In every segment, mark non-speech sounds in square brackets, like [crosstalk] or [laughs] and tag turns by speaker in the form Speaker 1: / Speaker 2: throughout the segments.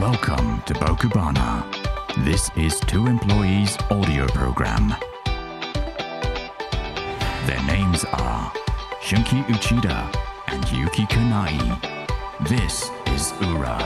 Speaker 1: Welcome to Bokubana. This is two employees' audio program. Their names are Shunki Uchida and Yuki Kunai. This is Ura.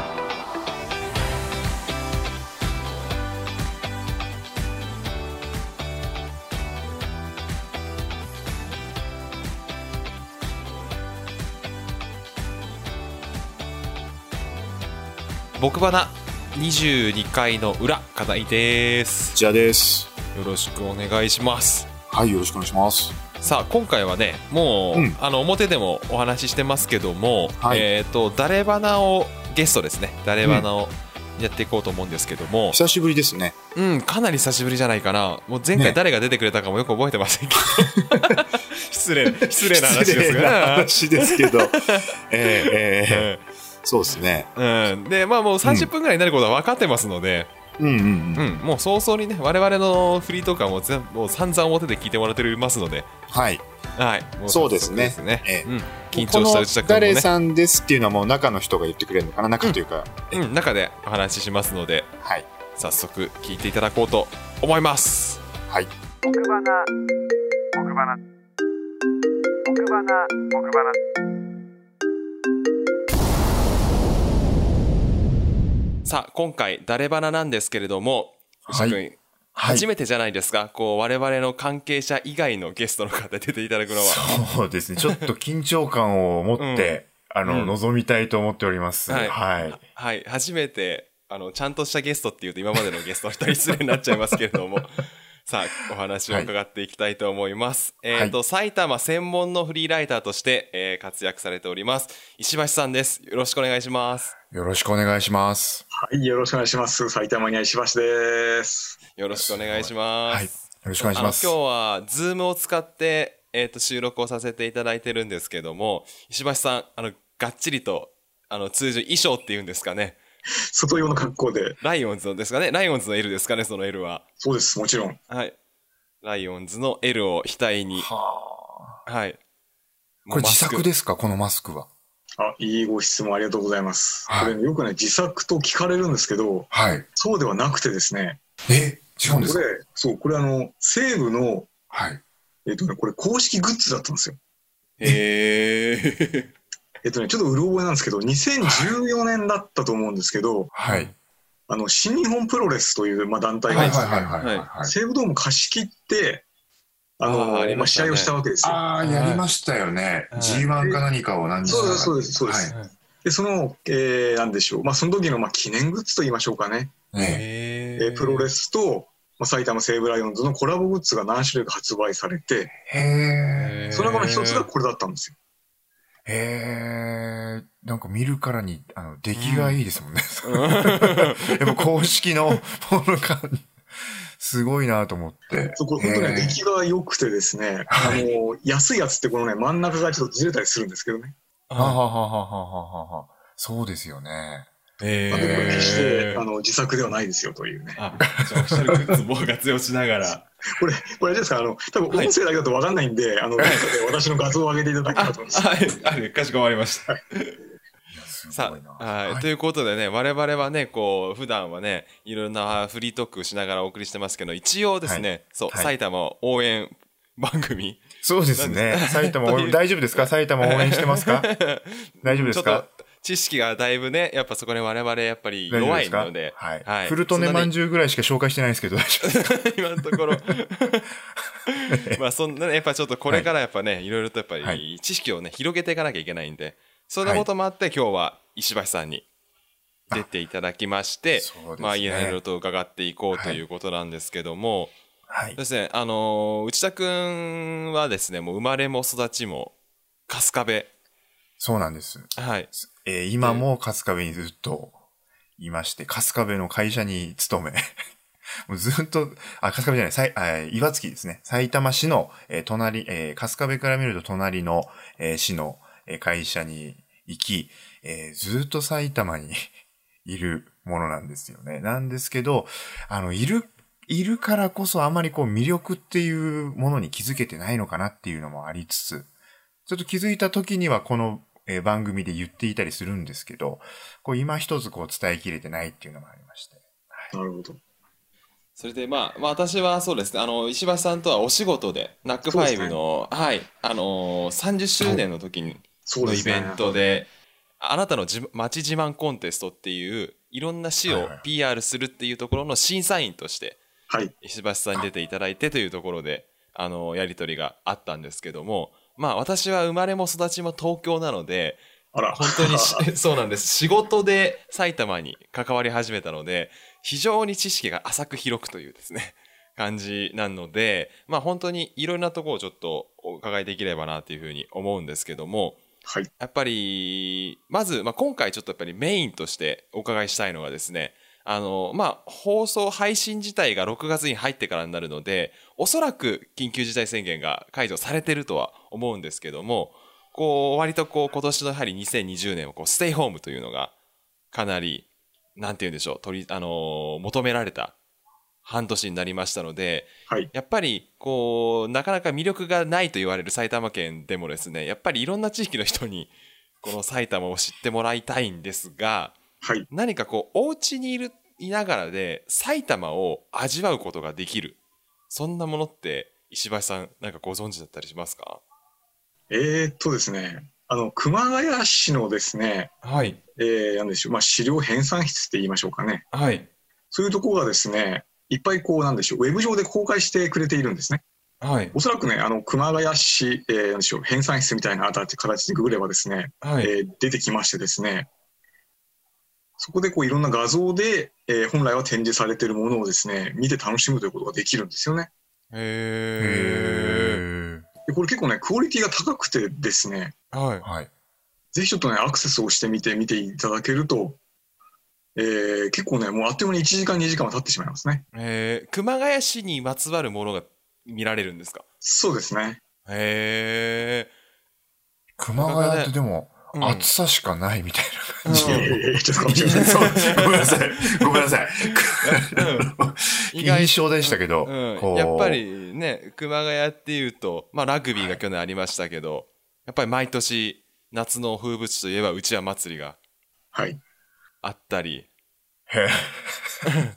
Speaker 2: 僕ばな22回の裏課題です
Speaker 3: じゃあです。
Speaker 2: よろしくお願いします
Speaker 3: はい、よろしくお願いします。
Speaker 2: さあ今回はねもう、
Speaker 3: うん
Speaker 2: あの表でもお話ししてますけども、
Speaker 3: はい
Speaker 2: えっ、と誰バナをゲストですね誰バナをやっていこうと思うんですけども、
Speaker 3: 久しぶりですね。
Speaker 2: うん、かなり久しぶりじゃないかなもう前
Speaker 3: ね
Speaker 2: 回誰が出てくれたかもよく覚えてませんけど
Speaker 3: [laughs]
Speaker 2: 失礼失礼な話です
Speaker 3: 失礼な
Speaker 2: が
Speaker 3: 話です
Speaker 2: [laughs]
Speaker 3: けど。えーえー
Speaker 2: うん
Speaker 3: そうですね。
Speaker 2: うん、でまあもう30分ぐらいになることは分かってますので、
Speaker 3: うんうんう。
Speaker 2: うんん、もう早々にね、我々のフリートークはもう全もう散々表で聞いてもらってますので、
Speaker 3: はい。
Speaker 2: はい、も
Speaker 3: そうですね
Speaker 2: 早速で
Speaker 3: ええ
Speaker 2: うん、緊張した内田
Speaker 3: この
Speaker 2: 君も
Speaker 3: 誰
Speaker 2: ね、
Speaker 3: さんですっていうのはもう中の人が言ってくれるのかな中というか、
Speaker 2: うん、中でお話ししますので、
Speaker 3: はい。
Speaker 2: 早速聞いていただこうと思います。
Speaker 3: はい。
Speaker 2: さあ、今回、誰バナなんですけれども、
Speaker 3: はい
Speaker 2: 内田君
Speaker 4: はい
Speaker 2: 初めてじゃないですか、こう、我々の関係者以外のゲストの方出ていただくのは。
Speaker 4: そうですね。ちょっと緊張感を持って、あの、
Speaker 2: うん
Speaker 4: 臨みたいと思っております。
Speaker 2: は
Speaker 4: はいい。
Speaker 2: はい、初めて、あの、ちゃんとしたゲストっていうと、今までのゲストの人に失礼になっちゃいますけれ
Speaker 4: [laughs]
Speaker 2: ども、さあ、お話を伺っていきたいと思います。えっ、と、埼玉専門のフリーライターとして、えー活躍されております、石橋さんです。よろしくお願いします。
Speaker 4: よろしくお願いします。
Speaker 5: はい、よろしくお願いします。埼玉には石橋です。
Speaker 2: よろしくお願いします。
Speaker 4: はい。よろしくお願いします
Speaker 2: あの。今日は、ズームを使って、えっ、と、収録をさせていただいてるんですけども、石橋さん、あの、がっちりと、あの、通常衣装っていうんですかね。
Speaker 5: 外用の格好で。
Speaker 2: ライオンズのですかね。ライオンズの L ですかね、その L は。
Speaker 5: そうです、もちろん。
Speaker 2: はい。ライオンズの L を額に。はい。
Speaker 4: これ自作
Speaker 2: で。
Speaker 4: ですかこのマスクは。
Speaker 5: あ、いいご質問ありがとうございます。
Speaker 4: はい
Speaker 5: これねよくね、自作と聞かれるんですけど、
Speaker 4: はい。
Speaker 5: そうではなくてですね、
Speaker 4: え違うんで
Speaker 5: これ
Speaker 4: すか、
Speaker 5: そう、これあの、西武の、
Speaker 4: はい。
Speaker 5: えっ、とね、これ公式グッズだったんですよ。
Speaker 2: へー。
Speaker 5: えっ、とね、ちょっとうろ覚えなんですけど、2014年だったと思うんですけど、
Speaker 4: はい。
Speaker 5: あの、新日本プロレスという、まあ、団体が、
Speaker 4: はいはいはいはいはい。はい
Speaker 5: 西武ドーム貸し切って、あの、
Speaker 2: あーあり
Speaker 5: ま
Speaker 2: ま
Speaker 5: あ、
Speaker 2: し
Speaker 5: 試
Speaker 2: たね
Speaker 5: 合をしたわけですよ。
Speaker 4: ああ、やりましたよね。
Speaker 2: はい
Speaker 4: G1 か何かを何
Speaker 5: そうです、そうです、そうです。
Speaker 4: は
Speaker 5: で、その、えー、なんでしょう。まあ、その時の、まあ、記念グッズと言いましょうかね。
Speaker 4: い。ね
Speaker 2: へ
Speaker 5: [laughs] えープロレ
Speaker 2: ス。
Speaker 5: スと、まあ、埼玉西武ライオンズのコラボグッズが何種類か発売されて、
Speaker 4: え。へえ。
Speaker 5: その中の一つがこれだったんですよ。
Speaker 4: へえ。なんか見るからに、あの、出来がいいですもんね。 [laughs] やっぱ公式のも [laughs] のが、すごいなと思って。
Speaker 5: そうこれ本当
Speaker 4: へ
Speaker 5: ね、
Speaker 4: ー
Speaker 5: 出来が良くてですね、あ
Speaker 4: はい
Speaker 5: の、安いやつってこのね、真ん中がちょっとずれたりするんですけどね。
Speaker 4: はははははははは。そうですよね。
Speaker 5: まあ、でもこれ決して、
Speaker 2: へ
Speaker 5: あ
Speaker 2: ー。
Speaker 5: の、自作ではないですよというね。
Speaker 2: あ、じゃあおっしゃるグッズも活用しなが
Speaker 5: [laughs]
Speaker 2: ら。
Speaker 5: これ、これあれですか、あの、多分音声だけだとわかんないんで、あの、どっかで私の画像を上げていただけた
Speaker 2: あ、
Speaker 5: らと思います。
Speaker 2: はい、はい、かしこまりました。
Speaker 4: いやす
Speaker 2: さ
Speaker 4: ごいな。
Speaker 2: あ、はい、
Speaker 4: はい
Speaker 2: ということでね、我々はね、こう、普段はね、いろんなフリートークしながらお送りしてますけど、一応ですね、そう、
Speaker 4: はい
Speaker 2: 埼玉を応援番組。
Speaker 4: そうですね。埼玉応
Speaker 2: という
Speaker 4: 援、大丈夫ですか埼玉応援して [laughs] ますか大丈夫です
Speaker 2: ちょっ
Speaker 4: か
Speaker 2: と知識がだいぶね、やっぱそこで我々やっぱり
Speaker 4: 大丈夫
Speaker 2: 弱
Speaker 4: で
Speaker 2: い
Speaker 4: すか
Speaker 2: ので、
Speaker 4: はい。
Speaker 2: はい
Speaker 4: フルトネ
Speaker 2: そんな
Speaker 4: ま
Speaker 2: に
Speaker 4: んじゅうぐらいしか紹介してないですけど、大丈
Speaker 2: [laughs]
Speaker 4: 夫ですか
Speaker 2: 今のとこ
Speaker 4: [laughs]
Speaker 2: ろ。まあそんなね、やっぱちょっとこれからやっぱね、いろいろとやっぱ
Speaker 4: は
Speaker 2: り知識をね、広げていかなきゃいけないんで、そんなこともあって今日は石橋さんに出ていただきまして、
Speaker 4: そうですね
Speaker 2: まあいろいろと伺っていこうということなんですけども、
Speaker 4: はい
Speaker 2: そう。ですね、あのー内田くんはですね、もう生まれも育ちも春日部。
Speaker 4: そうなんです。
Speaker 2: はい。
Speaker 4: えー今も春日部にずっといまして、春日部の会社に勤め、 [laughs] もうずっと、あ、春日部じゃない、さいあー岩槻ですね。埼玉市の、えー隣、えー春日部から見ると隣の、えー市の、えー会社に行き、えーずっと埼玉にいるものなんですよね。なんですけど、あの、いる、いるからこそあまりこう魅力っていうものに気づけてないのかなっていうのもありつつ、ちょっと気づいた時にはこのえー番組で言っていたりするんですけど、こう今一つこう伝えきれてないっていうのもありまして。
Speaker 5: なるほど。
Speaker 2: それでまあ、まあ、私はそうですね、あの、石橋さんとはお仕事で、ナックフ
Speaker 5: そう
Speaker 2: ァ
Speaker 5: で
Speaker 2: イ
Speaker 5: すね
Speaker 2: ブの、はい、あのー、30周年の時に、
Speaker 5: そう
Speaker 2: の
Speaker 5: で
Speaker 2: イ
Speaker 5: す
Speaker 2: ベ
Speaker 5: ね。
Speaker 2: ントで、あなたの自町自慢コンテストっていう、いろんな市
Speaker 4: はい
Speaker 2: を
Speaker 4: はいはい
Speaker 2: PR するっていうところの審査員として、
Speaker 5: はい。
Speaker 2: 石橋さんに出ていただいてというところで、あの、やりとりがあったんですけども、まあ私は生まれも育ちも東京なので、
Speaker 5: あら。
Speaker 2: 本当にしそうなんです。仕事で埼玉に関わり始めたので、非常に知識が浅く広くというですね、感じなので、まあ本当にいろんなところをちょっとお伺いできればなというふうに思うんですけども、
Speaker 5: はい。
Speaker 2: やっぱり、まず、まあ、今回ちょっとやっぱりメインとしてお伺いしたいのがですね、あの、まあ、放送配信自体が6月に入ってからになるので、おそらく緊急事態宣言が解除されてるとは思うんですけども、こう、割とこう、今年のやはり2020年はこう、ステイホームというのが、かなり、なんて言うんでしょう、取り、あのー求められた半年になりましたので、
Speaker 5: はい。
Speaker 2: やっぱりこうなかなか魅力がないと言われる埼玉県でもですねやっぱりいろんな地域の人にこの埼玉を知ってもらいたいんですが
Speaker 5: はい。
Speaker 2: 何かこうお家にいるいながらで埼玉を味わうことができるそんなものって石橋さんなんかご存知だったりしますか
Speaker 5: えーっとですね。あの、熊谷市のですね、
Speaker 2: はい
Speaker 5: えー、なんでしょう、まあ、資料編纂室って言いましょうかね。
Speaker 2: はい
Speaker 5: そういうところがですね、いっぱいこう、なんでしょう、ウェブ上で公開してくれているんですね。
Speaker 2: はい
Speaker 5: おそらくね、あの、熊谷市、えー、なんでしょう、編纂室みたいな形でググればですね、
Speaker 2: は
Speaker 5: えー出てきましてですね、そこでこういろんな画像で、えー本来は展示されているものをですね、見て楽しむということができるんですよね。
Speaker 2: へ
Speaker 5: でこれ結構ね、クオリティが高くてですね、
Speaker 2: ーはい
Speaker 4: ーはい。
Speaker 5: ぜひちょっとね、アクセスをしてみて、見ていただけると、えー結構ね、もうあっという間に1時間、2時間は経ってしまいますね。
Speaker 2: えー熊谷市にまつわるものが見られるんですか
Speaker 5: そうですね。
Speaker 2: へ
Speaker 4: 熊谷ってでも、
Speaker 2: え、うん
Speaker 4: 暑さしかないみたいな感じ。
Speaker 2: うん
Speaker 5: いやいやいやちょっとかもしれな
Speaker 4: [laughs]
Speaker 5: い。
Speaker 4: そうごめんなさい。ごめんなさい。
Speaker 2: 意外
Speaker 4: 印象でしたけど、
Speaker 2: う
Speaker 4: こ
Speaker 2: ん、
Speaker 4: う
Speaker 2: やっぱりね熊谷っていうと、まあ、ラグビーが去年ありましたけど、やっぱり毎年夏の風物詩といえばうちわ祭りが
Speaker 5: はい。
Speaker 2: あったり
Speaker 4: へえ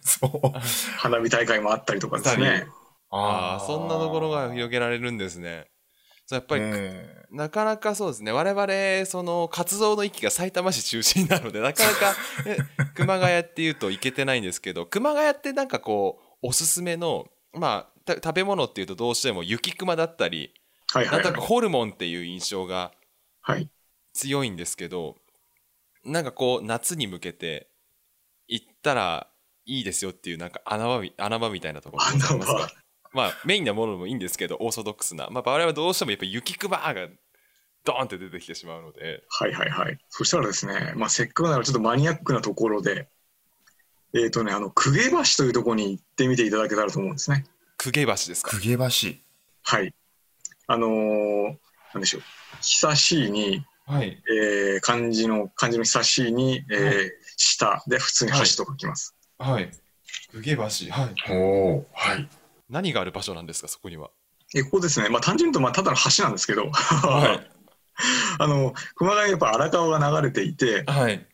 Speaker 4: そう。
Speaker 5: 花火大会もあったりとかですね。
Speaker 2: あーそんなところが広げられるんですね。そうやっぱり、
Speaker 4: え
Speaker 2: なかなかそうですね我々その活動の域が埼玉市中心なの
Speaker 4: [laughs]
Speaker 2: でなかなか、ね、熊谷っていうと行けてないんですけど熊谷ってなんかこうおすすめのまあた食べ物っていうとどうしても雪熊だったり
Speaker 5: はいは
Speaker 2: ないんと
Speaker 5: は
Speaker 2: ないく。ホルモンっていう印象が
Speaker 5: はい。
Speaker 2: 強いんですけどなんかこう夏に向けて行ったらいいですよっていうなんか穴場み穴場みたいなところってございますか
Speaker 5: 穴場
Speaker 2: まあメインなものもいいんですけどオーソドックスな、まあ、我々はどうしてもやっぱ雪くばーがドーンって出てきてしまうので
Speaker 5: はいはいはい。そしたらですね、まあ、せっかくならちょっとマニアックなところで、えっ、とね、あの、公家橋というところに行ってみていただけたらと思うんですね。
Speaker 2: 公家橋ですか
Speaker 4: 公家橋。
Speaker 5: はい。あのーなんでしょう。久しいに、
Speaker 2: はい
Speaker 5: えー漢字の、漢字の久しいに、えー
Speaker 2: は
Speaker 5: 下で普通に橋と書きます。
Speaker 2: はい公家橋はい
Speaker 4: おおはい。
Speaker 2: 何がある場所なんですかそこには
Speaker 5: えここですね、まあ、単純に言うと、まあ、ただの橋なんですけど、 [laughs] あの、熊谷やっぱ荒川が流れていて、で
Speaker 2: はい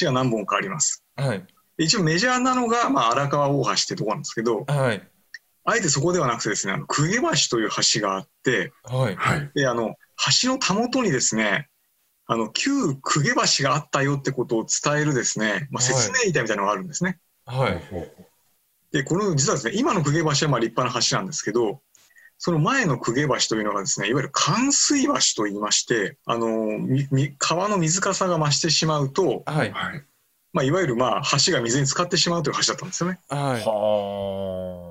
Speaker 5: 橋が何本かあります。
Speaker 2: はい
Speaker 5: で一応メジャーなのが、まあ、荒川大橋ってとこなんですけど、
Speaker 2: はい
Speaker 5: あえてそこではなくてですね、あの、公家橋という橋があって、
Speaker 2: はい
Speaker 4: はい。
Speaker 5: で、あの、橋のたもとにですね、あの、旧公家橋があったよってことを伝えるですね、まあ、
Speaker 2: はい
Speaker 5: 説明板みたいなのがあるんですね。
Speaker 2: はい
Speaker 5: で、この、実はですね、今の公家橋はまあ立派な橋なんですけど、その前の公家橋というのがですね、いわゆる冠水橋と言いまして、あの、みみ川の水かさが増してしまうと、
Speaker 2: はい
Speaker 4: はい。
Speaker 5: まあ、いわゆるまあ、橋が水に浸かってしまうという橋だったんですよね。
Speaker 2: はい
Speaker 4: は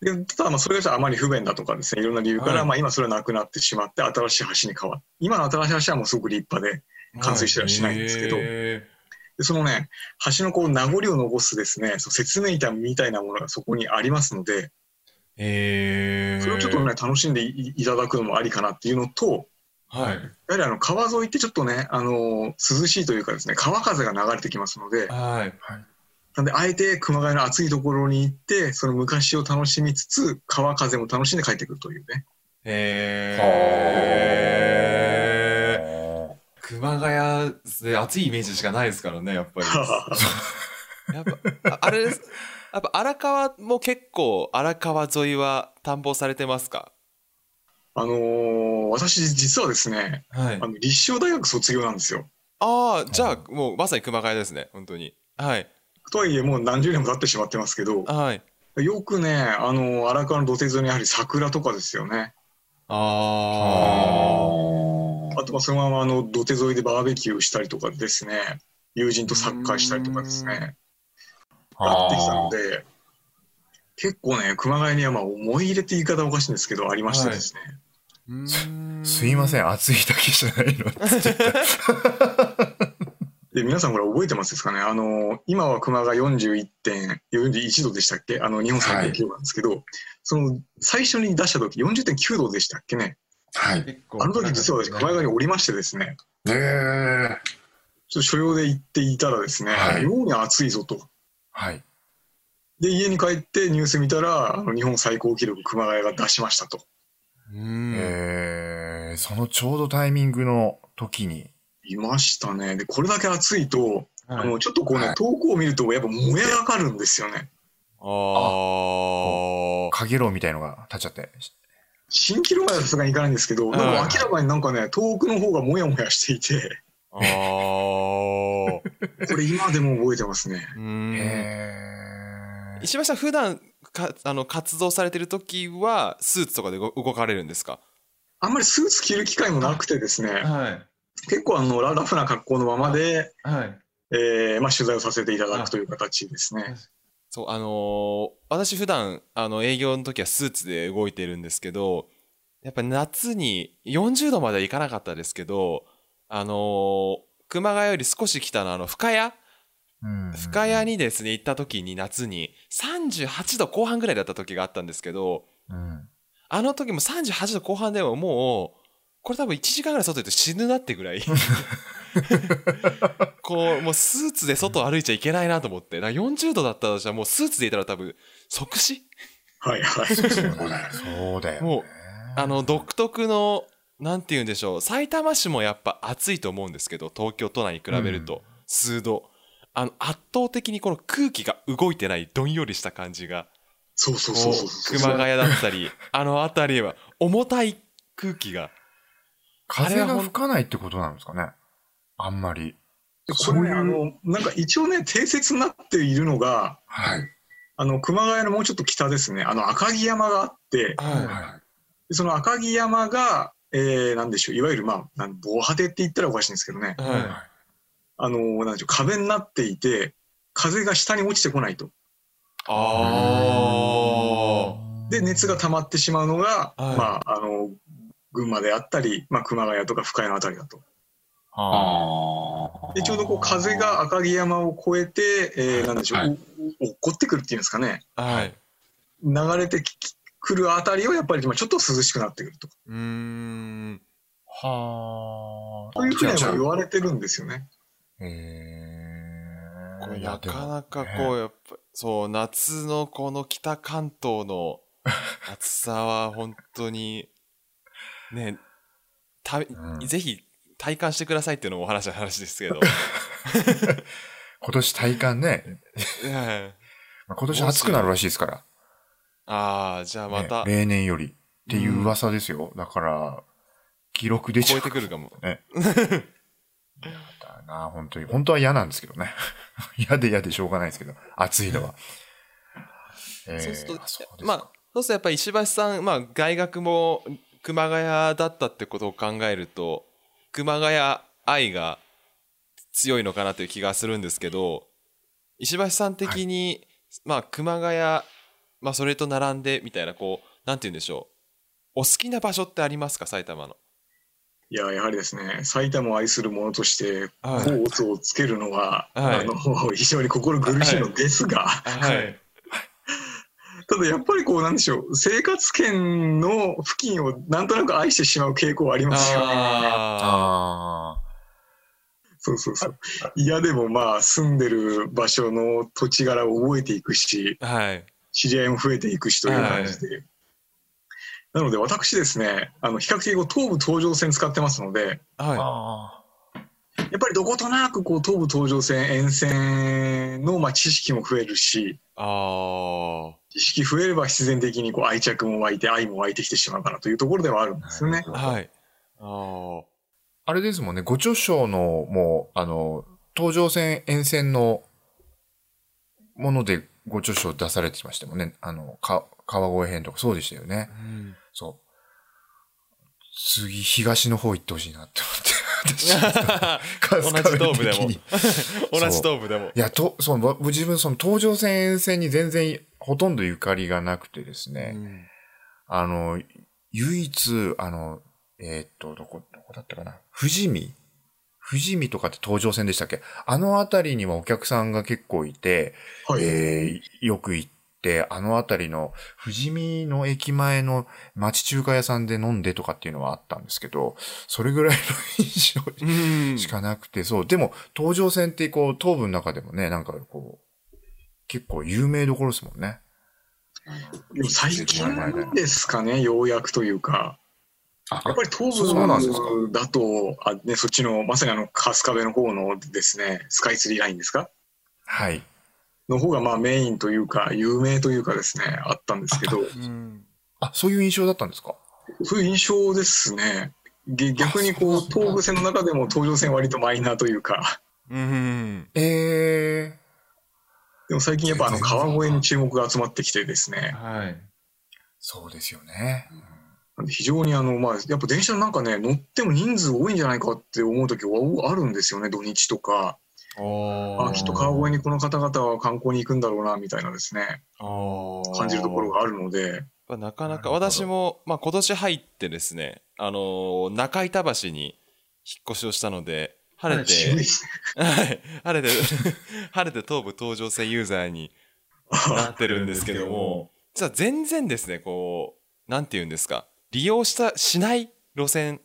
Speaker 5: でただまあそれがあまり不便だとかですねいろんな理由から、
Speaker 2: はい
Speaker 5: まあ今それはなくなってしまって新しい橋に変わって今の新しい橋はもうすごく立派で冠水したりはしないんですけど
Speaker 2: へ
Speaker 5: でそのね橋のこう名残を残すですねそう説明板みたいなものがそこにありますので
Speaker 2: え
Speaker 5: それをちょっとね楽しんでいいただくのもありかなっていうのと
Speaker 2: はい
Speaker 5: やはりあの川沿いってちょっとねあの涼しいというかですね川風が流れてきますので
Speaker 2: はい
Speaker 5: なんであえて熊谷の暑いところに行ってその昔を楽しみつつ川風も楽しんで
Speaker 2: [laughs]
Speaker 5: 帰ってくるというね
Speaker 2: へ
Speaker 4: あ。
Speaker 2: え。
Speaker 4: は
Speaker 2: 熊谷で暑いイメージしかないですからね、やっぱ
Speaker 5: [laughs]
Speaker 2: り。やっぱ、ああれです、やっぱ荒川も結構荒川沿いは探訪されてますか
Speaker 5: あのー私実はですね、
Speaker 2: はい
Speaker 5: あ。の立正大学卒業なんですよ。
Speaker 2: ああ、じゃあもうまさに熊谷ですね、本当に。はい。
Speaker 5: とはいえもう何十年も経ってしまってますけど、
Speaker 2: はい。
Speaker 5: よくね、あのー荒川の土手沿いにやはり桜とかですよね。
Speaker 2: あ
Speaker 5: あとはそのままあの土手沿いでバーベキューしたりとかですね、友人とサッカーしたりとかですね、なってきたので、結構ね、熊谷にはまあ思い入れって言い方おかしいんですけど、ありましてですね。
Speaker 2: あ。
Speaker 4: すいません、暑いだけじゃないのって言って。
Speaker 5: で皆さんこれ覚えてますですかねあの今は熊が41.41度でしたっけあの日本最低気温なんですけど、その最初に出した時40.9度でしたっけね
Speaker 3: はい。
Speaker 2: 結構
Speaker 5: あの時実は私熊谷におりましてですね
Speaker 3: ええ。
Speaker 5: ちょっと所用で行っていたらですね、
Speaker 4: はい
Speaker 5: 妙に暑いぞと
Speaker 4: はい。
Speaker 5: で家に帰ってニュース見たらあの日本最高記録熊谷が出しましたと
Speaker 2: うん
Speaker 4: えー、そのちょうどタイミングの時に、
Speaker 5: いましたねでこれだけ暑いと、
Speaker 2: はい
Speaker 5: あのちょっとこうね、
Speaker 3: はい
Speaker 5: 遠くを見るとやっぱ燃え上がるんですよね
Speaker 2: あー
Speaker 4: かげろうみたいのが立っちゃって。
Speaker 5: 新キロまではさすがに行かないんですけど、
Speaker 2: は
Speaker 5: ないんか明らかになんかね、遠くの方がもやもやしていて、
Speaker 2: [laughs] あー。
Speaker 5: これ今でも覚えてますね。
Speaker 2: うん
Speaker 4: へー
Speaker 2: 石橋さん普段かあの活動されてる時はスーツとかでご動かれるんですか
Speaker 5: あんまりスーツ着る機会もなくてですね、
Speaker 2: はい
Speaker 5: 結構あのララフな格好のままで、
Speaker 2: はい
Speaker 5: えーまあ、取材をさせていただくという形ですね。
Speaker 2: そうあのー私普段あの営業の時はスーツで動いてるんですけどやっぱ夏に40度まではいかなかったですけどあのー熊谷より少し北のあの深谷
Speaker 4: うん
Speaker 2: 深谷にですね行った時に夏に38度後半ぐらいだった時があったんですけど
Speaker 4: うん
Speaker 2: あの時も38度後半ではもう、これ多分1時間ぐらい外行って死ぬなってぐらい。こう、もうスーツで外歩いちゃいけないなと思って。だから40度だったら私はもうスーツでいたら多分即死
Speaker 5: はいはい。
Speaker 4: そうだよね。
Speaker 2: もうあの、独特の、なんて言うんでしょう。埼玉市もやっぱ暑いと思うんですけど、東京都内に比べる
Speaker 4: う
Speaker 2: と、数度。あの、圧倒的にこの空気が動いてない、どんよりした感じが、
Speaker 5: そうそうそ
Speaker 2: こ
Speaker 5: うそう
Speaker 2: う
Speaker 5: そう
Speaker 2: 熊谷だったり、あの辺りは重たい空気が。
Speaker 4: 風
Speaker 2: あれは
Speaker 4: が
Speaker 2: ほん
Speaker 4: 吹かないってことなんですかね。あんまり。
Speaker 5: これね、あの、なんか一応ね、定説になっているのが、
Speaker 4: はい。
Speaker 5: あの、熊谷のもうちょっと北ですね、あの、赤城山があって、
Speaker 4: は
Speaker 5: でその赤城山が、えー、なんでしょう、いわゆる、まあ、なん防波堤って言ったらおかしいんですけどね、
Speaker 2: い。
Speaker 4: い。
Speaker 2: はい
Speaker 5: あのーなんでしょう、壁になっていて、風が下に落ちてこないと。
Speaker 2: あ
Speaker 5: で、熱が溜まってしまうのが、
Speaker 2: はい
Speaker 5: まあ、あのー群馬であったり、まあ、熊谷とか深谷のあたりだと。
Speaker 4: あ
Speaker 3: あ
Speaker 5: で、ちょうどこう風が赤城山を越えて、えー、なんでしょう、
Speaker 3: はい
Speaker 5: おお落っこってくるっていうんですかね、
Speaker 2: あ。はい。
Speaker 5: 流れてきくるあたりはやっぱりまあちょっと涼しくなってくると。
Speaker 2: うーん。
Speaker 4: あ。はあ。
Speaker 5: というふうには
Speaker 4: じゃあ
Speaker 5: 言われてるんですよね。
Speaker 4: え
Speaker 2: こ
Speaker 4: ー
Speaker 2: れ
Speaker 4: いや
Speaker 2: なかなか
Speaker 4: で
Speaker 2: こ
Speaker 4: も
Speaker 2: う、やっぱ、そう、夏のこの北関東
Speaker 4: [laughs]
Speaker 2: の暑さは本当に、ね、た、
Speaker 4: ん
Speaker 2: ぜひ体感してくださいっていうのもお話の話です
Speaker 4: [laughs]
Speaker 2: けど。
Speaker 4: 今年体感ね、
Speaker 2: ええ
Speaker 4: まあ今年暑くなるらしいですから。
Speaker 2: ああ、じゃあまた
Speaker 4: ね例年よりっていう噂ですよ。だから、記録出ち
Speaker 2: 超え
Speaker 4: ゃう
Speaker 2: てくるかも。
Speaker 4: だな、本当に。本当は嫌なんですけどね。 [laughs] 嫌で嫌でしょうがないですけど、暑いのは。え
Speaker 2: [laughs]
Speaker 4: ー
Speaker 2: そうすると
Speaker 4: あそうですか
Speaker 2: まあ、そうするとやっぱり石橋さん、まあ、大学も熊谷だったってことを考えると、熊谷愛が強いのかなという気がするんですけど、石橋さん的に、まあ、熊谷、まあ、それと並んでみたいな、こう、なんて言うんでしょう。お好きな場所ってありますか、埼玉の。
Speaker 5: いや、やはりですね、埼玉を愛する者として、
Speaker 2: はい
Speaker 5: 甲乙をつけるのは、
Speaker 2: はい
Speaker 5: あの [laughs] 非常に心苦しいのですが、
Speaker 2: はい。
Speaker 5: [laughs] ただやっぱりこうなんでしょう生活圏の付近をなんとなく愛してしまう傾向はありますよね。
Speaker 2: あ
Speaker 4: あ
Speaker 5: そうそうそう。いやでもまあ住んでる場所の土地柄を覚えていくし、
Speaker 2: あ。はい。
Speaker 5: 知り合いも増えていくしという感じで。なので私ですね、あの比較的こう東武東上線使ってますので、
Speaker 4: ー
Speaker 2: は
Speaker 4: あ
Speaker 5: やっぱりどことなくこう東武東上線沿線のまあ知識も増えるし
Speaker 2: あ
Speaker 5: 知識増えれば必然的にこう愛着も湧いて愛も湧いてきてしまうかなというところではあるんですよね。
Speaker 2: あ。はい。あ
Speaker 4: あれですもんね、ご著書の、もう、あの、東上線沿線のものでご著書出されてましたもんね。あの、か川越編とかそうでしたよね。
Speaker 2: あ。うん。
Speaker 4: そう。次、東の方行ってほしいなって思って。
Speaker 2: [laughs] 同じ東部でも。 [laughs] 同じ東部でも。
Speaker 4: いや、と、その、わ自分、その、東上線沿線に全然、ほとんどゆかりがなくてですね。
Speaker 2: うん
Speaker 4: あの、唯一、あの、えーっと、どこ、どこだったかな。富士見富士見とかって東上線でしたっけあの辺りにはお客さんが結構いて、
Speaker 5: はい
Speaker 4: えーよく行って、あの辺りの富士見の駅前の町中華屋さんで飲んでとかっていうのはあったんですけど、それぐらいの印象
Speaker 2: うん。
Speaker 4: しかなくて、そう。でも、東上線ってこう、東部の中でもね、なんかこう、結構有名どころですもんね。
Speaker 5: でも最近ですかね、ようやくというか、
Speaker 4: あ
Speaker 5: やっぱり東
Speaker 4: そうなんですか
Speaker 5: 部だと、あね、そっちのまさにあの春日部の方のですね、スカイツリーラインですか
Speaker 4: はい。
Speaker 5: の方がまあメインというか、有名というかですね、あったんですけど、
Speaker 2: うん
Speaker 4: あ、そういう印象だったんですか
Speaker 5: そういう印象ですね。げ逆にこう、東武線の中でも東上線割とマイナーというか、
Speaker 2: うん。
Speaker 4: ええ
Speaker 5: でも最近やっぱあの川越に注目が集まってきてですね、
Speaker 2: はい。
Speaker 4: そうですよね。
Speaker 5: 非常にあの、まあ、やっぱ電車なんかね、乗っても人数多いんじゃないかって思う時はあるんですよね、土日とか。
Speaker 2: あ
Speaker 5: あ、きっと川越にこの方々は観光に行くんだろうな、みたいなですね、感
Speaker 2: 感
Speaker 5: じるところがあるので、
Speaker 2: まあなかなか
Speaker 4: なるほど
Speaker 2: 私も、まあ、今年入ってですね、あのー中板橋に引っ越しをしたので晴れて、
Speaker 5: 渋いです
Speaker 2: [laughs]
Speaker 5: ね。
Speaker 2: はい、晴れて [laughs] 晴れて東部東上線ユーザーになってるんですけども実は全然ですねこうなんて言うんですか利用したしない路線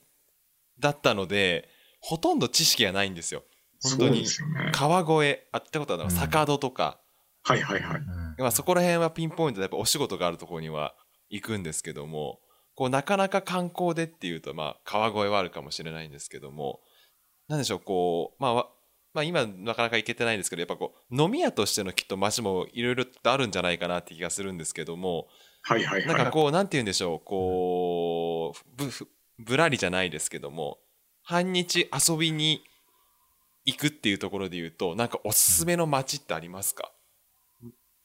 Speaker 2: だったのでほとんど知識がないんですよ本当
Speaker 5: そう
Speaker 2: に
Speaker 5: ですよね。
Speaker 2: 川越あってことはなんか坂戸とか、
Speaker 5: はいはいはい。
Speaker 2: まあ、そこら辺はピンポイントでやっぱお仕事があるところには行くんですけどもこうなかなか観光でっていうと、まあ、川越はあるかもしれないんですけどもなんでしょうこう、まあ、わまあ今なかなか行けてないんですけどやっぱこう飲み屋としてのきっと街もいろいろとあるんじゃないかなって気がするんですけども
Speaker 5: はいはい
Speaker 2: なん
Speaker 5: はい
Speaker 2: か。こうなんて言うんでしょうこうぶぶらりじゃないですけども半日遊びに行くっていうところで言うとなんかおすすめの街ってあります [laughs] か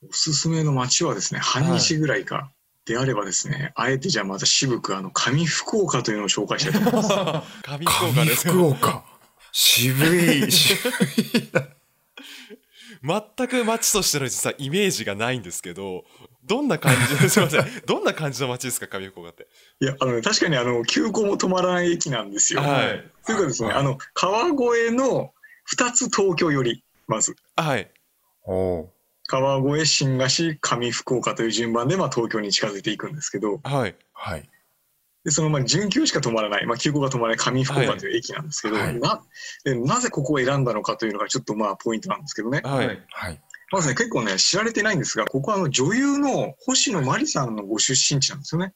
Speaker 5: おすすめの街はですね、半日ぐらいか。であればですね、あえてじゃあまた渋く、あの、上福岡というのを紹介したいと思いま
Speaker 2: [laughs]
Speaker 5: す。
Speaker 2: 上福岡
Speaker 4: 上
Speaker 2: です
Speaker 4: 福岡。渋い、渋い。
Speaker 2: 全く街としての実はイメージがないんですけどどんな感じ [laughs] すいませんどんな感じの街ですか上福岡って
Speaker 5: いや、あのね、確かにあの、急行も止まらない駅なんですよ。
Speaker 2: はい
Speaker 5: というかですね、あの、川越の2つ東京寄り、まず。
Speaker 2: はい
Speaker 4: おう
Speaker 5: 川越、新河岸、上福岡という順番で、まあ、東京に近づいていくんですけど、
Speaker 2: はい
Speaker 4: はい。
Speaker 5: でそのまあ準急しか止まらない、まあ、急行が止まらない上福
Speaker 2: は
Speaker 5: 岡
Speaker 2: い
Speaker 5: という駅なんですけど、
Speaker 4: はい
Speaker 5: なでなぜここを選んだのかというのがちょっとまあポイントなんですけどね、
Speaker 2: はい
Speaker 4: はい。
Speaker 5: まずね、結構ね、知られてないんですが、ここはあの女優の星野真里さんのご出身地なんですよね。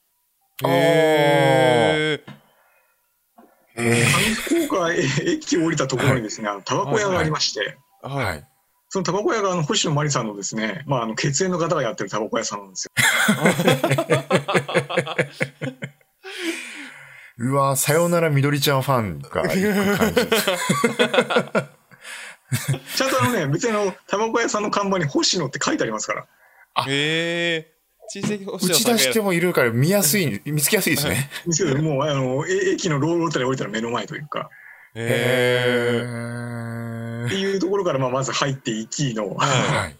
Speaker 2: へー
Speaker 4: え
Speaker 5: 上福岡駅を降りたところにですね、あのタバコ屋がありまして、
Speaker 4: ー
Speaker 2: は
Speaker 4: はいい。
Speaker 5: そのタバコ屋があの星野真里さんのですね、まあ、あの血縁の方がやってるタバコ屋さんなんですよ。
Speaker 4: うわさよならみどりちゃんファンが行く感じ。
Speaker 5: ちゃんとあのね、別 [laughs] にあのタバコ屋さんの看板に星野って書いてありますから。
Speaker 2: へー小さい星
Speaker 4: 打
Speaker 2: 野
Speaker 4: ち出して
Speaker 2: も
Speaker 4: もいるから見やすい、見つけやすいですね。
Speaker 5: です
Speaker 4: [laughs]
Speaker 5: けど、もうあのえ駅のロールたり降りたら目の前というか。
Speaker 2: へ
Speaker 4: へ
Speaker 5: って
Speaker 4: ー
Speaker 5: いうところからまあまず入っていきの、
Speaker 2: は
Speaker 4: はい。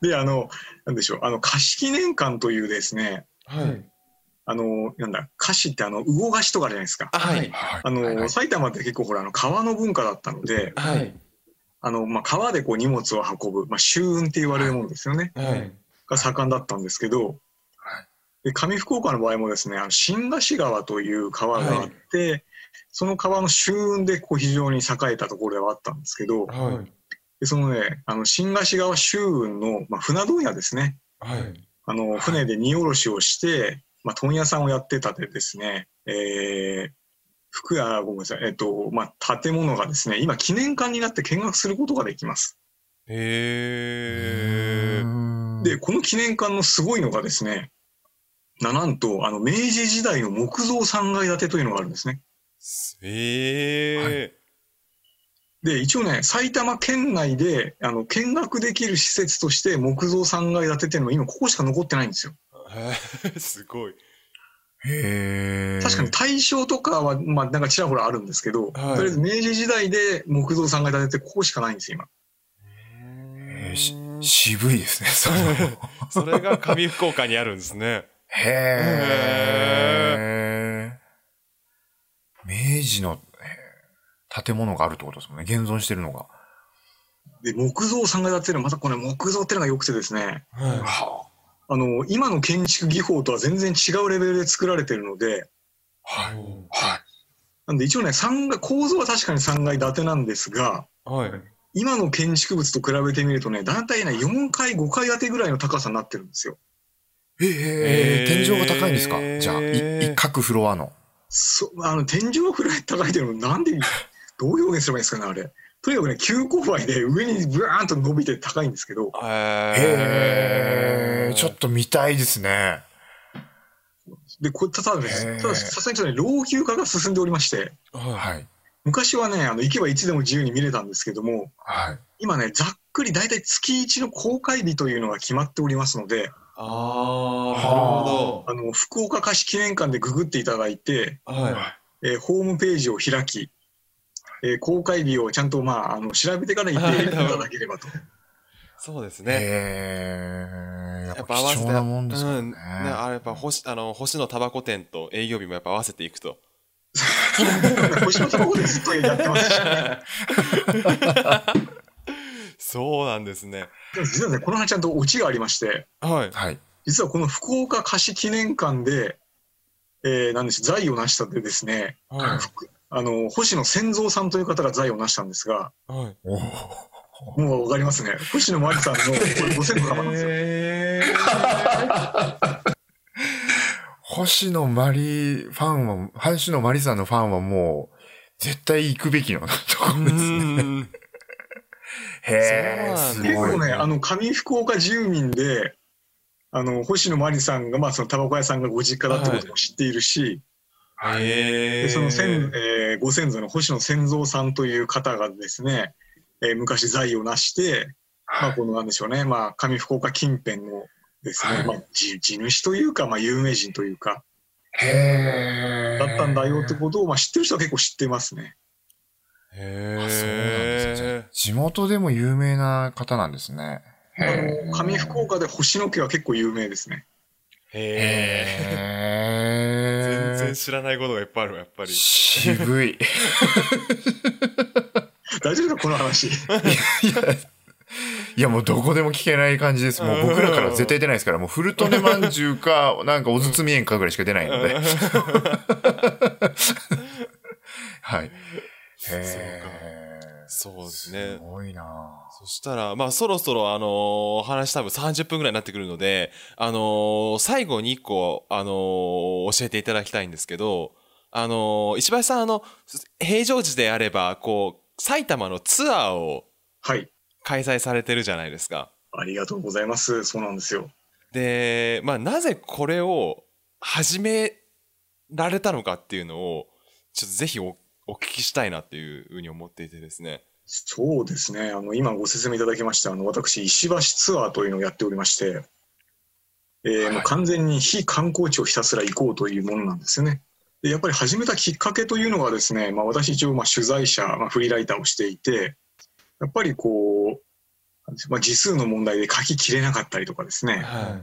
Speaker 5: で、あの、なんでしょう、あの、菓子記念館というですね、
Speaker 2: ーはい
Speaker 5: あの、なんだ、菓子ってあの、魚菓子とかじゃないですか。
Speaker 2: あはい
Speaker 4: はい
Speaker 5: あの、
Speaker 4: はいはい
Speaker 5: 埼玉って結構ほら、あの、川の文化だったので、
Speaker 2: はい
Speaker 5: あの、まあ、川でこう荷物を運ぶ、まあ、舟運って言われるものですよね、
Speaker 2: はい
Speaker 5: が盛んだったんですけど、
Speaker 4: はい
Speaker 5: で上福岡の場合もですね、あの新河岸川という川があって、その川の舟運でこう非常に栄えたところではあったんですけど、
Speaker 2: はい
Speaker 5: でそのね、あの新河岸川舟運の、まあ、船問屋ですね、
Speaker 2: はい
Speaker 5: あの船で荷下ろしをして、まあ、問屋さんをやってたでですね、えー福あごめんなさい、えっとまあ、建物がですね今記念館になって見学することができます
Speaker 2: へえ。
Speaker 5: でこの記念館のすごいのがですねななんとあの明治時代の木造3階建てというのがあるんですね
Speaker 2: え
Speaker 5: で一応ね埼玉県内であの見学できる施設として木造3階建てっていうのは今ここしか残ってないんですよ
Speaker 2: ー。 [laughs] すごい。
Speaker 4: へえ。
Speaker 5: 確かに。大正とかは、まあ、なんかちらほらあるんですけど、
Speaker 2: はい
Speaker 5: とりあえず明治時代で木造3階建てってここしかないんですよ今
Speaker 4: えーし渋いですね、それも。
Speaker 2: [laughs] それが上福岡にあるんですね。
Speaker 4: へえ。明治のえー建物があるってことですもんね。現存してるのが。
Speaker 5: で木造3階建てのまたこれ木造ってのが良くてですね
Speaker 2: は
Speaker 3: は
Speaker 5: あの今の建築技法とは全然違うレベルで作られてるので
Speaker 2: い。
Speaker 3: は
Speaker 5: なんで一応ね3階構造は確かに3階建てなんですが
Speaker 2: はい。
Speaker 5: 今の建築物と比べてみるとね大体ね4階5階建てぐらいの高さになってるんですよ
Speaker 4: え
Speaker 2: へ
Speaker 4: え
Speaker 2: ー
Speaker 4: 天井が高いんですかじゃあ、いい各フロアの。
Speaker 5: そあの天井ぐらい高いっていうのもなんで
Speaker 4: [laughs]
Speaker 5: どう表現すればいいんですかねあれとにかくね急勾配で上にブワーンと伸びて高いんですけど
Speaker 4: へえ。ちょっと見たいですね。
Speaker 5: でこれただね
Speaker 4: へー
Speaker 5: たださすがにちょっとね老朽化が進んでおりまして
Speaker 2: と。はい。
Speaker 4: はい。
Speaker 5: 昔はねあの行けばいつでも自由に見れたんですけども
Speaker 4: はい。
Speaker 5: 今ねざっくり大体月1の公開日というのが決まっておりますので
Speaker 2: ああ、なるほ
Speaker 5: あの福岡菓子記念館でググっていただいて、
Speaker 2: ど。は
Speaker 5: えーホームページを開き、えー公開日をちゃんと、まあ、あの調べてから行っていただければと。 [laughs]
Speaker 2: い。そうです
Speaker 4: へ
Speaker 2: ね。
Speaker 4: え。やっぱ貴重なもんですから
Speaker 2: うん
Speaker 4: ね
Speaker 2: ね。あれやっぱ星あの星野タバコ店と営業日もやっぱ合わせていく [laughs] と。
Speaker 5: 星のとこでずっとやってますし、
Speaker 2: そうなんですね。
Speaker 5: でも実はね、この話ちゃんとオチがありまして、
Speaker 2: はい。
Speaker 4: はい。
Speaker 5: 実はこの福岡菓子記念館で、えーなんでしょう、財を成したでですね、
Speaker 2: は
Speaker 5: あの星野千蔵さんという方が財を成したんですが、
Speaker 2: い。はい。
Speaker 4: おー
Speaker 5: もうわかりますね、星野真理さんのこれご先祖様なんですよ。
Speaker 2: へ
Speaker 4: 星野マリファンは、星野マリさんのファンはもう、絶対行くべきのところですね。 [laughs]
Speaker 2: ー。
Speaker 4: へえ、
Speaker 2: そうなん
Speaker 4: す
Speaker 2: だ
Speaker 5: 結
Speaker 4: ごい
Speaker 5: 構。ね、あの上福岡住民で、あの星野真理さんが、まあ、そのタバコ屋さんがご実家だってことも知っているし、
Speaker 2: へ
Speaker 5: で
Speaker 2: え。
Speaker 5: その先、えーご先祖の星野千蔵さんという方がですね、えー昔、財を成して、まあ、このなんでしょうね、まあ、上福岡近辺のですね、
Speaker 4: はい
Speaker 5: まあ、地地主というか、まあ、有名人というか、
Speaker 4: へえ。
Speaker 5: だったんだよってことを、まあ、知ってる人は結構知ってますね。
Speaker 2: へ
Speaker 4: あ
Speaker 2: え。
Speaker 4: そうなんですね。地元でも有名な方なんですね。
Speaker 5: あ
Speaker 3: へ
Speaker 5: の上福岡で星野家は結構有名ですね。
Speaker 2: へえ。全
Speaker 4: へ
Speaker 2: 然
Speaker 4: え。
Speaker 2: 知らないことがいっぱいあるわやっぱり。
Speaker 4: 渋い。
Speaker 5: 大丈夫か、こ
Speaker 4: [laughs]
Speaker 5: の話。
Speaker 4: いや、もうどこでも聞けない感じです。もう僕らから絶対出ないですから、もうフルトネまんじゅうか、なんかおずつみえんかぐらいしか出ないの [laughs] で。はい。へえ。
Speaker 2: そうですね
Speaker 4: す。ごいな
Speaker 2: そしたら、まあ、そろそろ、あのーお話多分30分ぐらいになってくるので、あのー最後に1個、あのー教えていただきたいんですけど、あのー石橋さん、あの、平常時であれば、こう、埼玉のツアーを
Speaker 5: はい。
Speaker 2: 開催されてるじゃないですか。
Speaker 5: ありがとうございます。そうなんですよ。
Speaker 2: で、まあ、なぜこれを始められたのかっていうのを、ちょっとぜひおお聞きしたいなっていうふうに思っていてですね。
Speaker 5: そうですね、あの今ご説明いただきました、あの私、石橋ツアーというのをやっておりまして、えー
Speaker 4: はい
Speaker 5: もう完全に非観光地をひたすら行こうというものなんですよね。でやっぱり始めたきっかけというのがですね、まあ、私一応まあ取材者、まあ、フリーライターをしていて、やっぱりこう、まあ、字数の問題で書ききれなかったりとかですね、
Speaker 2: は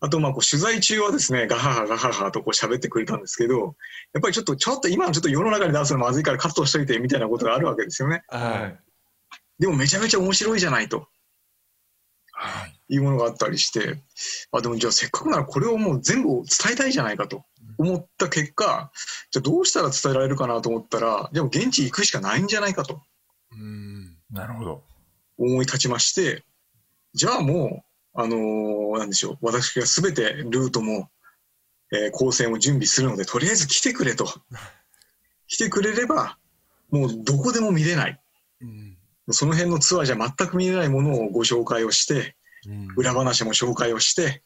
Speaker 5: あとまあこう取材中はですね、ガハハガハハとこう喋ってくれたんですけど、やっぱりちょっと、ちょっと今のちょっと世の中に出すのまずいからカットしといてみたいなことがあるわけですよね。
Speaker 2: い。はい。
Speaker 5: でもめちゃめちゃ面白いじゃないと
Speaker 4: はい。
Speaker 5: いうものがあったりして、あ、でもじゃあせっかくならこれをもう全部伝えたいじゃないかと思った結果、じゃあどうしたら伝えられるかなと思ったら、でも現地行くしかないんじゃないかと
Speaker 2: うん。
Speaker 4: なるほど。
Speaker 5: 思い立ちまして、じゃあもう、あのーなんでしょう、私が全てルートも、えー構成も準備するので、とりあえず来てくれと来てくれれば、もうどこでも見れない。
Speaker 2: うん
Speaker 5: その辺のツアーじゃ全く見れないものをご紹介をして、
Speaker 2: うん
Speaker 5: 裏話も紹介をして、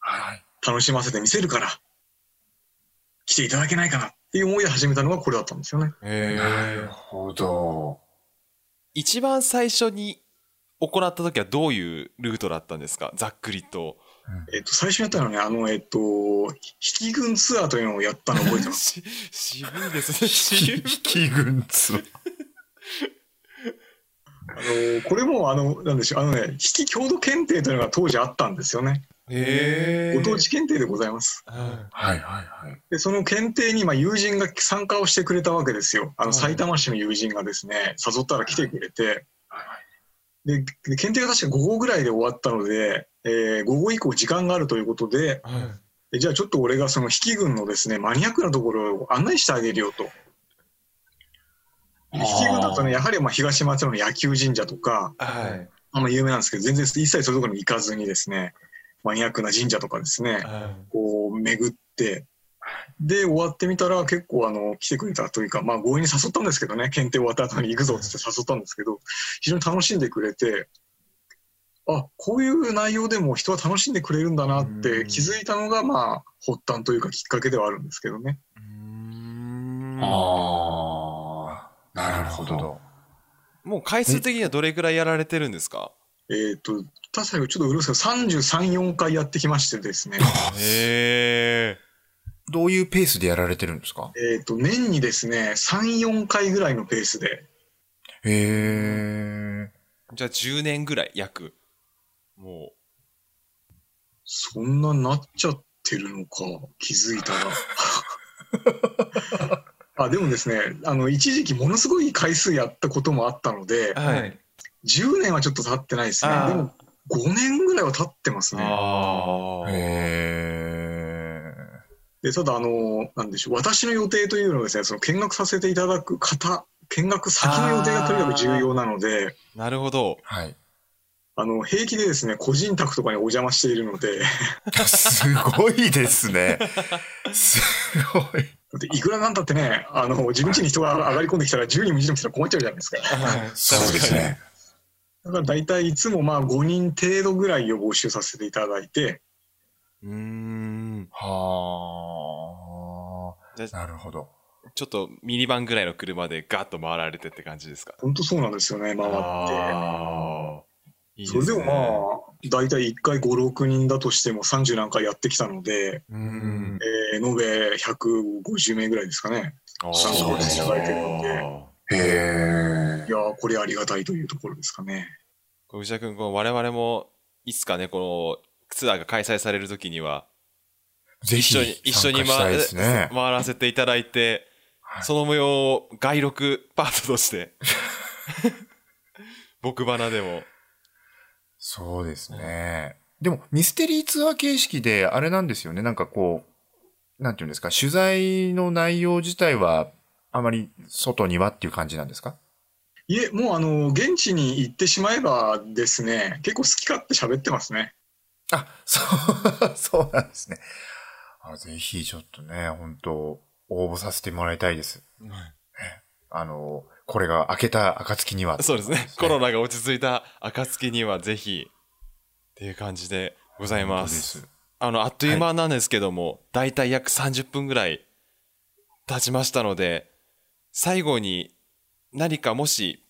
Speaker 4: はい。
Speaker 5: 楽しませてみせるから、来ていただけないかなっていう思いで始めたのがこれだったんですよね。
Speaker 2: へ
Speaker 4: な
Speaker 2: ー
Speaker 4: るほ [laughs] ど。
Speaker 2: 一番最初に行った時はどういうルートだったんですかざっくりと。
Speaker 5: えっと、最初にやったのはね、あの、えっと、引き軍ツアーというのをやったの覚えてます。
Speaker 2: [laughs] し渋いです [laughs] ね。
Speaker 4: 引
Speaker 2: 渋い。
Speaker 4: き群ツ。
Speaker 5: あの、これも、あの、なんでしょう、あのね、引き郷土検定というのが当時あったんですよね。
Speaker 2: へ
Speaker 5: ご当地検定でございます。
Speaker 2: うん
Speaker 4: はいはいはい。
Speaker 5: で、その検定に、まあ、友人が参加をしてくれたわけですよ。あ
Speaker 2: うん
Speaker 5: の、埼玉市の友人がですね、誘ったら来てくれて
Speaker 4: はい、
Speaker 5: で、で検定が確か午後ぐらいで終わったので、えー午後以降時間があるということで、
Speaker 2: うん
Speaker 5: でじゃあちょっと俺がその引き軍のですね、マニアックなところを案内してあげるよと。で引き軍だとね、やはりまあ東松山の野球神社とか、
Speaker 2: はい。
Speaker 5: あの有名なんですけど、全然一切そういうところに行かずにですね、マニアックな神社とかですね、こう巡って、で、終わってみたら結構あの、来てくれたというか、まあ強引に誘ったんですけどね、検定終わった後に行くぞっつって誘ったんですけど、非常に楽しんでくれて、あ、こういう内容でも人は楽しんでくれるんだなって気づいたのが、まあ、発端というかきっかけではあるんですけどね。
Speaker 2: うん
Speaker 3: ああ、なるほど。。
Speaker 2: もう回数的にはどれぐらいやられてるんですか
Speaker 5: えっ、と、確かにちょっとうるさい33、4回やってきましてですね、
Speaker 2: へえ。
Speaker 4: どういうペースでやられてるんですか
Speaker 5: えっと、年にですね、3、4回ぐらいのペースで、
Speaker 4: へえ。
Speaker 2: じゃあ10年ぐらい約。も
Speaker 5: そんななっちゃってるのか、気づいた [laughs] ら。あでもですね、あの一時期ものすごい回数やったこともあったので
Speaker 2: う。、はい。
Speaker 5: 10年はちょっと経ってないですね。
Speaker 2: あー
Speaker 5: でも5年ぐらいは経ってますね。
Speaker 2: ああ。
Speaker 4: へ
Speaker 5: でただあの、なんでしょう、私の予定というのはですね、その見学させていただく方、見学先の予定がとにかく重要なので、
Speaker 2: なるほど。
Speaker 4: はい。
Speaker 5: あの平気でですね、個人宅とかにお邪魔しているので、だ
Speaker 4: すごいですね。すごい。
Speaker 5: っていくらなんだってね、あの自分家に人が上がり込んできたら、10人も20人も来たら困っちゃうじゃないですか。
Speaker 2: [laughs]
Speaker 4: そうですね。
Speaker 5: だから大体いつもまあ5人程度ぐらいを募集させていただいて、
Speaker 2: うーん。
Speaker 4: は
Speaker 2: じゃ
Speaker 4: あ。なるほど。
Speaker 2: あ、ちょっとミニバンぐらいの車でガッと回られてって感じですか
Speaker 5: 本当そうなんですよね、回って。
Speaker 2: ああ。いい
Speaker 5: それでもまあ、大体1回5、6人だとしても30何回やってきたので、
Speaker 2: まあ、う。。
Speaker 4: うん
Speaker 5: えー延べ150名ぐらいですかね。
Speaker 4: そうですね
Speaker 2: あー
Speaker 3: へえ
Speaker 5: い。やー、これありがたいというところですかね。
Speaker 2: こう藤田君、こう我々もいつかね、このツアーが開催されるときには、
Speaker 4: ぜひ
Speaker 2: 一緒に、一緒に
Speaker 4: 参加したい
Speaker 2: 回
Speaker 4: ですね。
Speaker 2: 回らせていただいて、
Speaker 4: はい
Speaker 2: その模様を外録パートと [laughs] して、僕花でも。
Speaker 4: そうですね。でも、ミステリーツアー形式で、あれなんですよね。なんかこう、なんていうんですか、取材の内容自体は、あまり外にはっていう感じなんですか
Speaker 5: いえ、もうあの、現地に行ってしまえばですね、結構好き勝手喋ってますね。
Speaker 4: あ、そう、 [laughs] そうなんですね。あぜひ、ちょっとね、本当応募させてもらいたいです。あの、これが明けた暁には。
Speaker 2: そうですね。コロナが落ち着いた暁にはぜひ、っていう感じでございま
Speaker 4: 本
Speaker 2: す。
Speaker 4: 当で
Speaker 2: あの、あっという間なんですけども、だいたい約30分ぐらい経ちましたので、最後に何かもし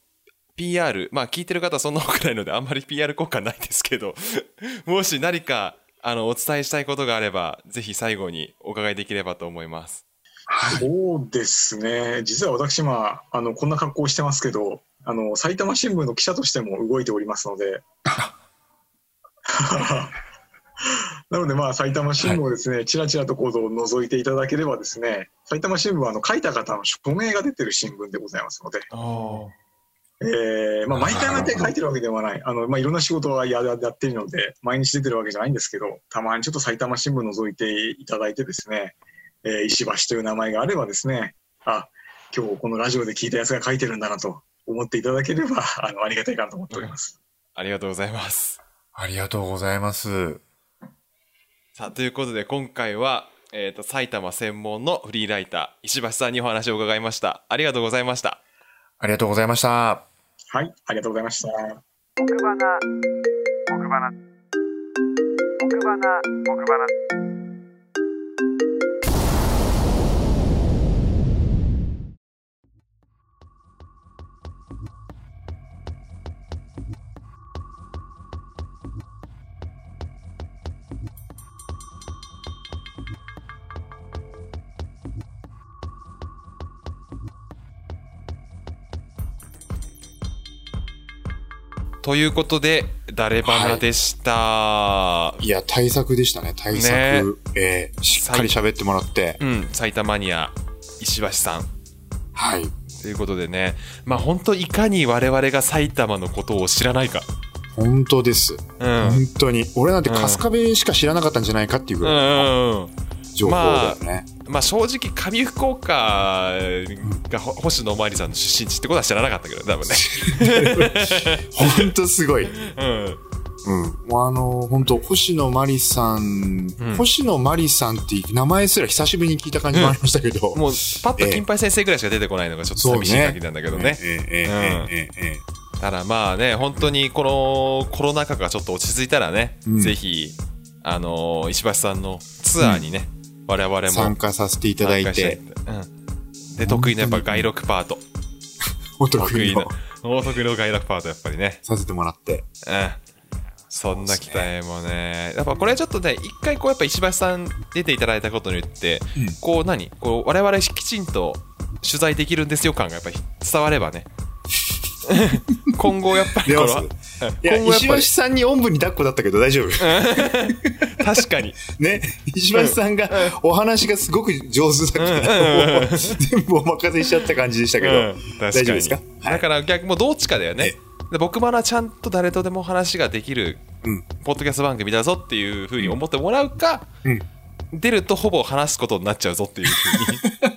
Speaker 2: PR、まあ聞いてる方そんな多くないのであんまり PR 効果ないですけど、 [laughs] もし何かあのお伝えしたいことがあれば、ぜひ最後にお伺いできればと思います。
Speaker 5: そうですね、実は私、まあ、あのこんな格好をしてますけどあの、埼玉新聞の記者としても動いておりますので、 [laughs] なので、まあ、埼玉新聞をですね、ちらちらとこう覗いていただければ、ですね埼玉新聞はあの書いた方の署名が出てる新聞でございますので、えーまあ、毎回毎回書いてるわけではない、あのまあ、いろんな仕事はややっているので、毎日出てるわけじゃないんですけど、たまにちょっと埼玉新聞覗いていただいてですね、えー石橋という名前があればですね、あ今日このラジオで聞いたやつが書いてるんだなと思っていただければ、あのありがたいかなと思っております。
Speaker 2: ありがとうございます。
Speaker 4: ありがとうございます。
Speaker 2: さあ、ということで今回は、えー、と埼玉専門のフリーライター石橋さんにお話を伺いましたありがとうございました
Speaker 6: ありがとうございました。
Speaker 5: はい、ありがとうございました。
Speaker 7: 奥花奥花奥花奥花
Speaker 2: ということで誰バナでした、
Speaker 4: いや、対策でしたね、対策。
Speaker 2: ね
Speaker 4: えーしっかり喋ってもらって。
Speaker 2: うん埼玉ニア石橋さん
Speaker 4: はい。
Speaker 2: ということでねまあ本当いかに我々が埼玉のことを知らないか
Speaker 4: 本当です。
Speaker 2: うん
Speaker 4: 本当に。俺なんて
Speaker 2: うん
Speaker 4: 春日部しか知らなかったんじゃないかっていうぐ
Speaker 2: う
Speaker 4: らいの
Speaker 2: んうん
Speaker 4: 情報だよね。
Speaker 2: まあ正直上福岡がほ星野おまわりさんの出身地ってことは知らなかったけど多分ね、
Speaker 4: 本当すごい。
Speaker 2: うん、
Speaker 4: うん。もうあの、本当星野真里さん,、
Speaker 2: うん
Speaker 4: 星野真里さんっていう名前すら久しぶりに聞いた感じもありましたけど。
Speaker 2: もうパッと金杯先生ぐらいしか出てこないのがちょっと寂しい限りなんだけどね
Speaker 4: ええええ
Speaker 2: うん
Speaker 4: ええええ
Speaker 2: ただまあね本当にこのコロナ禍がちょっと落ち着いたらね、
Speaker 4: うん
Speaker 2: ぜひあのー石橋さんのツアーにね、我々も
Speaker 4: 参加させていただい
Speaker 2: 参加して
Speaker 4: て、
Speaker 2: うん、で得意のやっぱ外録パート
Speaker 4: お得
Speaker 2: 得
Speaker 4: 意
Speaker 2: 意
Speaker 4: の
Speaker 2: のお得意の外録パートやっぱりね
Speaker 4: させてもらって。
Speaker 2: うん、そんな期待もねやっぱこれはちょっとね一回こうやっぱ石橋さん出ていただいたことによって、
Speaker 4: うん
Speaker 2: こう何こう我々きちんと取材できるんですよ感がやっぱり伝われば
Speaker 4: [laughs]
Speaker 2: ね今後やっぱり
Speaker 4: 出
Speaker 2: こ
Speaker 4: ま
Speaker 2: れ
Speaker 4: す
Speaker 2: はうん
Speaker 4: いや、
Speaker 2: 今後やっ
Speaker 4: 石
Speaker 2: ぱ
Speaker 4: 橋
Speaker 2: り
Speaker 4: さんにおんぶに抱っこだったけど大丈夫。
Speaker 2: 確かに
Speaker 4: ね、石橋さんがお話がすごく上手だから、もう全部お任せしちゃった感じでしたけど、
Speaker 2: うん
Speaker 4: 大
Speaker 2: 確
Speaker 4: 丈
Speaker 2: かに
Speaker 4: 夫ですか
Speaker 2: だから逆もうどっちかだよ
Speaker 4: え
Speaker 2: ねで僕まだちゃんと誰とでも話ができる
Speaker 4: うん
Speaker 2: ポッドキャスト番組だぞっていうふうに思ってもらうか、
Speaker 4: うん
Speaker 2: 出るとほぼ話すことになっちゃうぞっていうふうに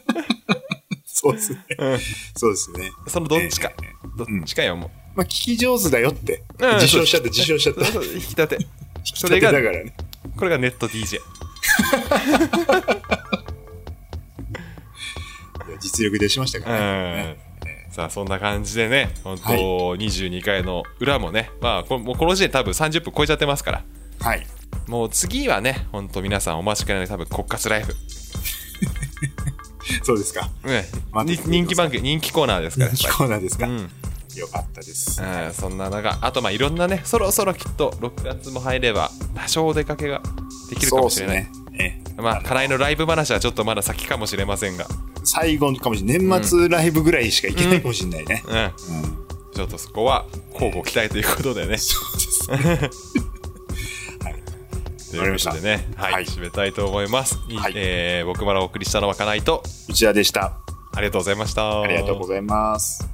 Speaker 4: [laughs] そうですね。
Speaker 2: うん
Speaker 4: そうですね。
Speaker 2: そのどっちか、
Speaker 4: え
Speaker 2: どっちかよもう
Speaker 4: まあ、聞き上手だよって、
Speaker 2: うん
Speaker 4: 自称しちゃった、自称しちゃった。
Speaker 2: そうそう引き立
Speaker 4: [laughs]
Speaker 2: て
Speaker 4: それがだからね。
Speaker 2: これがネット DJ
Speaker 4: いや実力出しましたか
Speaker 2: う
Speaker 4: らね。
Speaker 2: んさあそんな感じでね本当22回の裏もねまあこもうこの時点で多分30分超えちゃってますから
Speaker 4: はい。
Speaker 2: もう次はね本当皆さんお待ちかねの多分国活ライフ、
Speaker 4: そうですか。
Speaker 2: うん、
Speaker 4: 待
Speaker 2: に
Speaker 4: っててください
Speaker 2: 人気番組人気コーナーですからやっぱ
Speaker 4: コーナーですか
Speaker 2: り、う。ん
Speaker 4: よかったです。
Speaker 2: うん、そんな中あとまあいろんなねそろそろきっと6月も入れば多少お出かけができるか
Speaker 4: そう
Speaker 2: も
Speaker 4: で
Speaker 2: し
Speaker 4: す
Speaker 2: れない、
Speaker 4: ね。ええ
Speaker 2: まあ課題のライブ話はちょっとまだ先かもしれませんが、
Speaker 4: 最後かもしれない。年末ライブぐらいしか行けないかもしれないね。
Speaker 2: うん、
Speaker 4: うん
Speaker 2: ちょっとそこは交互期待ということでね。
Speaker 4: そうです
Speaker 2: [laughs]
Speaker 4: ね。
Speaker 2: ということでね、はい、
Speaker 4: はい
Speaker 2: 締めたいと思います。に
Speaker 4: はい
Speaker 2: えー僕まらお送りしたのはかないと、
Speaker 4: 内田でした。
Speaker 2: ありがとうございました。
Speaker 4: ありがとうございます。